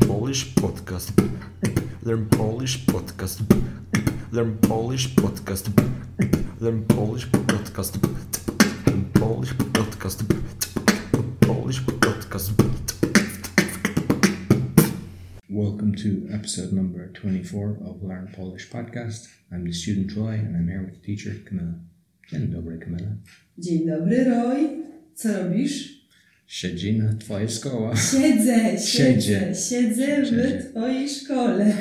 Polish podcast. Learn Polish podcast. Learn Polish podcast. Learn Polish podcast. Learn Polish podcast. Learn Polish podcast. Welcome to episode number 24 of Learn Polish Podcast. I'm the student Troy and I'm here with the teacher Camilla. Dzień dobry Camilla. Dzień dobry, Roy. Co robisz? Siedzina, twoja szkoła. Siedzę, Siedzie. siedzę, siedzę Siedzie. w twojej szkole.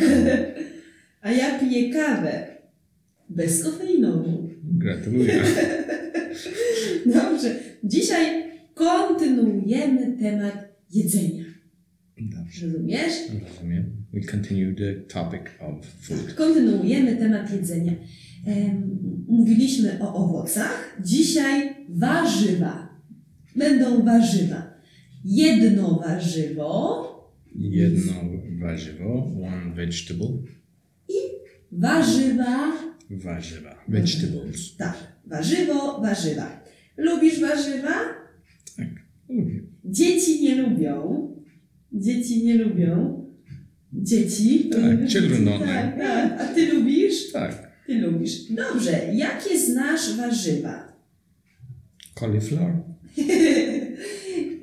A ja piję kawę. Bezkofeinową. Gratuluję. Dobrze. Dzisiaj kontynuujemy temat jedzenia. Dobrze, Rozumiesz? rozumiem. We continue the topic of food. Kontynuujemy temat jedzenia. Em, Mówiliśmy o owocach. Dzisiaj warzywa. Będą warzywa. Jedno warzywo, Jedno warzywo, one vegetable, warzywa warzywa. Vegetables. Tak, warzywo, warzywa. Lubisz warzywa? Lubię. Dzieci nie lubią. Dzieci nie lubią. Dzieci. Tak, children don't tak, tak. A ty lubisz? Tak. Ty lubisz. Dobrze, jakie znasz warzywa? Cauliflower,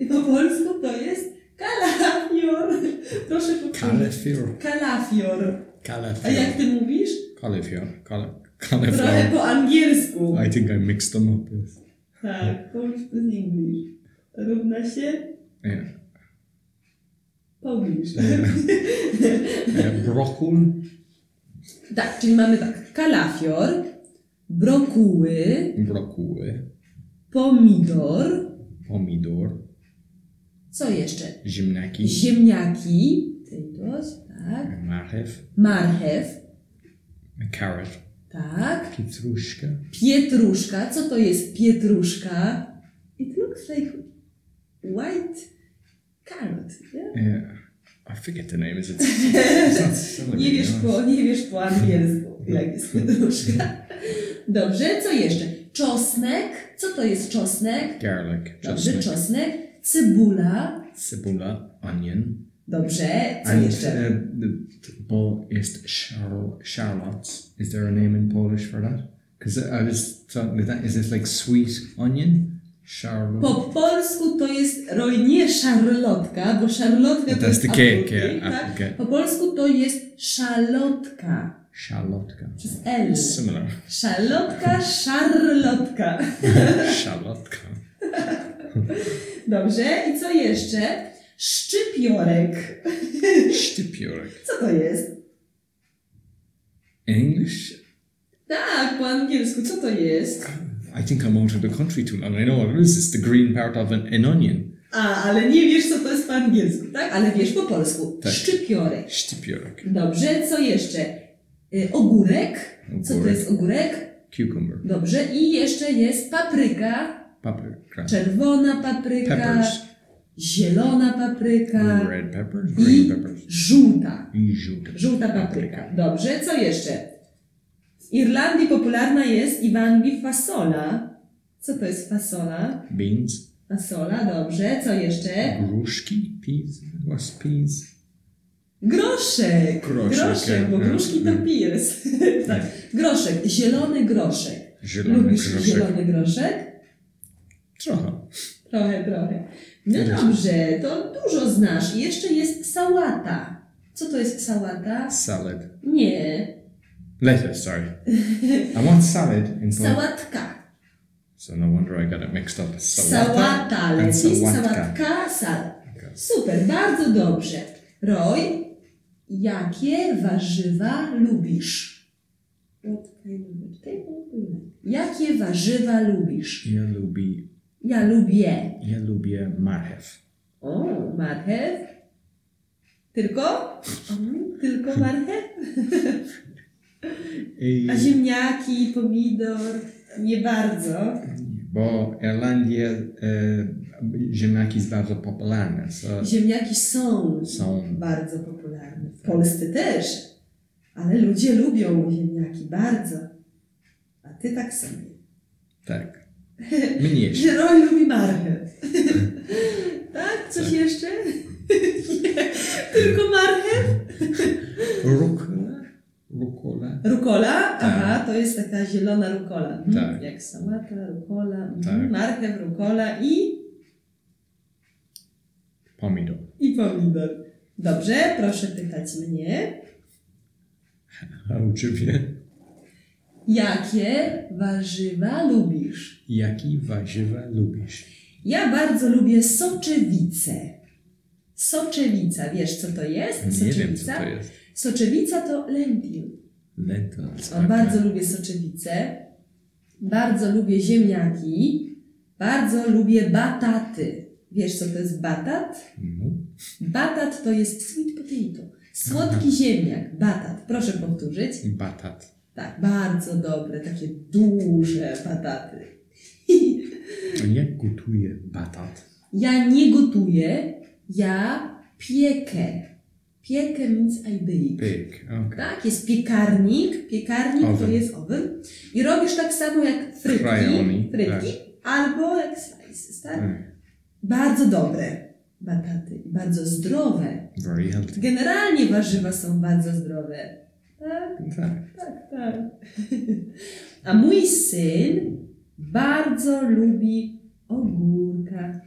Po polsku to jest kalafior. Proszę poczynić. cauliflower, Kalafior. A jak cauliflower, ty mówisz? cauliflower, Cauli- Trochę cauliflower. po angielsku. I think I mixed them up. Tak, Polish to English. Równa się Yeah. Polish. Yeah. Broccoli, Tak, czyli mamy tak, kalafior, brokuły, broccoli, pomidor, pomidor, co jeszcze? ziemniaki, Ziemniaki, tytos, tak, marchew, marchew, carrot, tak, pietruszka, pietruszka, co to jest pietruszka? It looks like white carrot, nie? yeah. e, I forget the name, is it? it's not celery, Nie wiesz no. po, nie wiesz po angielsku, jak jest pietruszka. Dobrze, co jeszcze? Czosnek, co to jest czosnek? Garlic, Dobrze, czosnek, czosnek, cebula, cebula, onion. Dobrze, co And jeszcze? uh, the, the ball is char- charlottes. Is there a name in Polish for that? Because I was talking with that. Is it like sweet onion? Charlotte. Po polsku to jest roj nie szarlotka, bo szarlotka No To to jest jest takie, apelki, takie, tak? apelki. Po polsku to jest szalotka Charlotka. przez L. Similar. Szalotka, szarlotka. Charlotka. Dobrze, i co jeszcze? Szczypiorek. Sztypiorek. Co to jest? English? Tak, po angielsku, co to jest? I think I'm out of the country too long. I know what it is. It's the green part of an, an onion. A, ale nie wiesz, co to jest po angielsku, tak? Ale wiesz po polsku. Tak. Szczypiorek. Stipiorek. Dobrze, co jeszcze? Y, Ogórek. Co to Ogórek. jest ogórek? Cucumber. Dobrze, i jeszcze jest papryka, Paprika. czerwona papryka, Peppers. zielona papryka Red peppers. i Green peppers. żółta. I żółta. Żółta papryka. Dobrze, co jeszcze? W Irlandii popularna jest i w Anglii fasola. Co to jest fasola? Beans. Fasola, dobrze, co jeszcze? Gruszki. Peas. What's peas? Groszek! Groszek, Groszek, bo ja, ja, gruszki ja. to piers. tak. Groszek, zielony groszek. Zielony Lubisz groszek. zielony groszek? Trochę. Trochę, trochę. No Dużo. dobrze, to dużo znasz. I Jeszcze jest sałata. Co to jest sałata? Salad. Nie, Lettuce, sorry. I want salad in Polish. sałatka. So no wonder I got it mixed up. Salata. Sałata, leci, sałatka. sałatka, sal. Okay. Super, bardzo dobrze. Roy, jakie warzywa lubisz? What kind of vegetable do you like? Jakie warzywa lubisz? Ja lubię, Ja lubię. ja lubię marchew. O, marchew. Tylko? Mm, Tylko marchew? I... A ziemniaki, pomidor, nie bardzo. Bo Irlandia e, ziemniaki jest bardzo popularne. So, Ziemniaki są Tak. są bardzo popularne. W Polsce też. Ale ludzie lubią ziemniaki bardzo. A ty tak sobie. tak. Mniej. Roy lubi marchew. tak? Coś Tak. jeszcze? nie. Tylko marchew? Rucola? Rucola? Rukola? Tak. Aha, to jest taka zielona rukola. Mhm. Tak. Jak sałata, rukola, mhm. Tak. marchew, rukola i, Pomidor. i pomidor. Dobrze, proszę pytać mnie, A u ciebie? jakie warzywa lubisz? Jaki warzywa lubisz? Ja bardzo lubię soczewice. Soczewica, wiesz co to jest? Nie wiem, co Soczewica? to jest. Soczewica to lentil. Lentils. O, tak. Bardzo lubię soczewice, bardzo lubię ziemniaki, bardzo lubię bataty. Wiesz co to jest batat? No. Batat to jest sweet potato. Słodki ziemniak, batat. Proszę powtórzyć. Batat. Tak, bardzo dobre, takie duże bataty. A Jak gotuje batat? Ja nie gotuję, ja piekę. Piekę means I bake. Pyk, okej. Tak, jest piekarnik, piekarnik Oven. to jest oven. I robisz tak samo jak frytki, Frajoni, frytki albo jak slices, tak? Tak. Bardzo dobre bataty, bardzo zdrowe. Very healthy. Generalnie warzywa są bardzo zdrowe. Tak? Tak. Tak, tak. A mój syn bardzo lubi ogórka.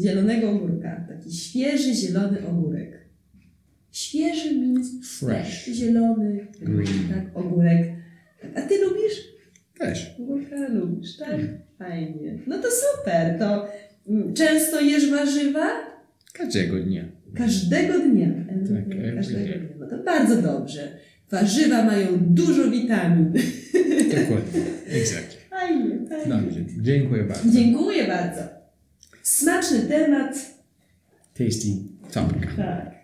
Zielonego ogórka. Taki świeży, zielony ogórek. Świeży means Fresh. zielony, Green. tak, ogórek. A ty lubisz? Też. Ogórka lubisz, tak? Fajnie. No to super. To mm, często jesz warzywa? Każdego dnia. Każdego dnia. Tak, every każdego day. dnia. No to bardzo dobrze. Warzywa mają dużo witamin. Dokładnie. Exactly. Fajnie, fajnie. Dobrze. Dziękuję bardzo. Dziękuję bardzo. Smaczny temat. Tasty topic. Tak.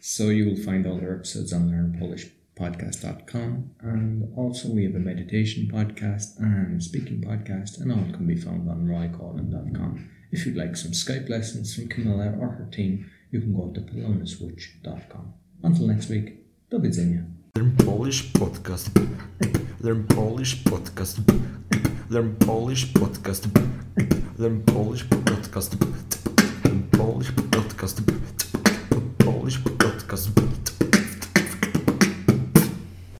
So you will find all our episodes on learnpolishpodcast.com and also we have a meditation podcast and a speaking podcast and all can be found on roycolan.com. If you'd like some Skype lessons from Camilla or her team, you can go to polonaswitch.com. Until next week, do widzenia. Learn Polish podcast. Learn Polish podcast. Learn Polish podcast. Learn Polish podcast. Learn Polish podcast. Learn Polish podcast.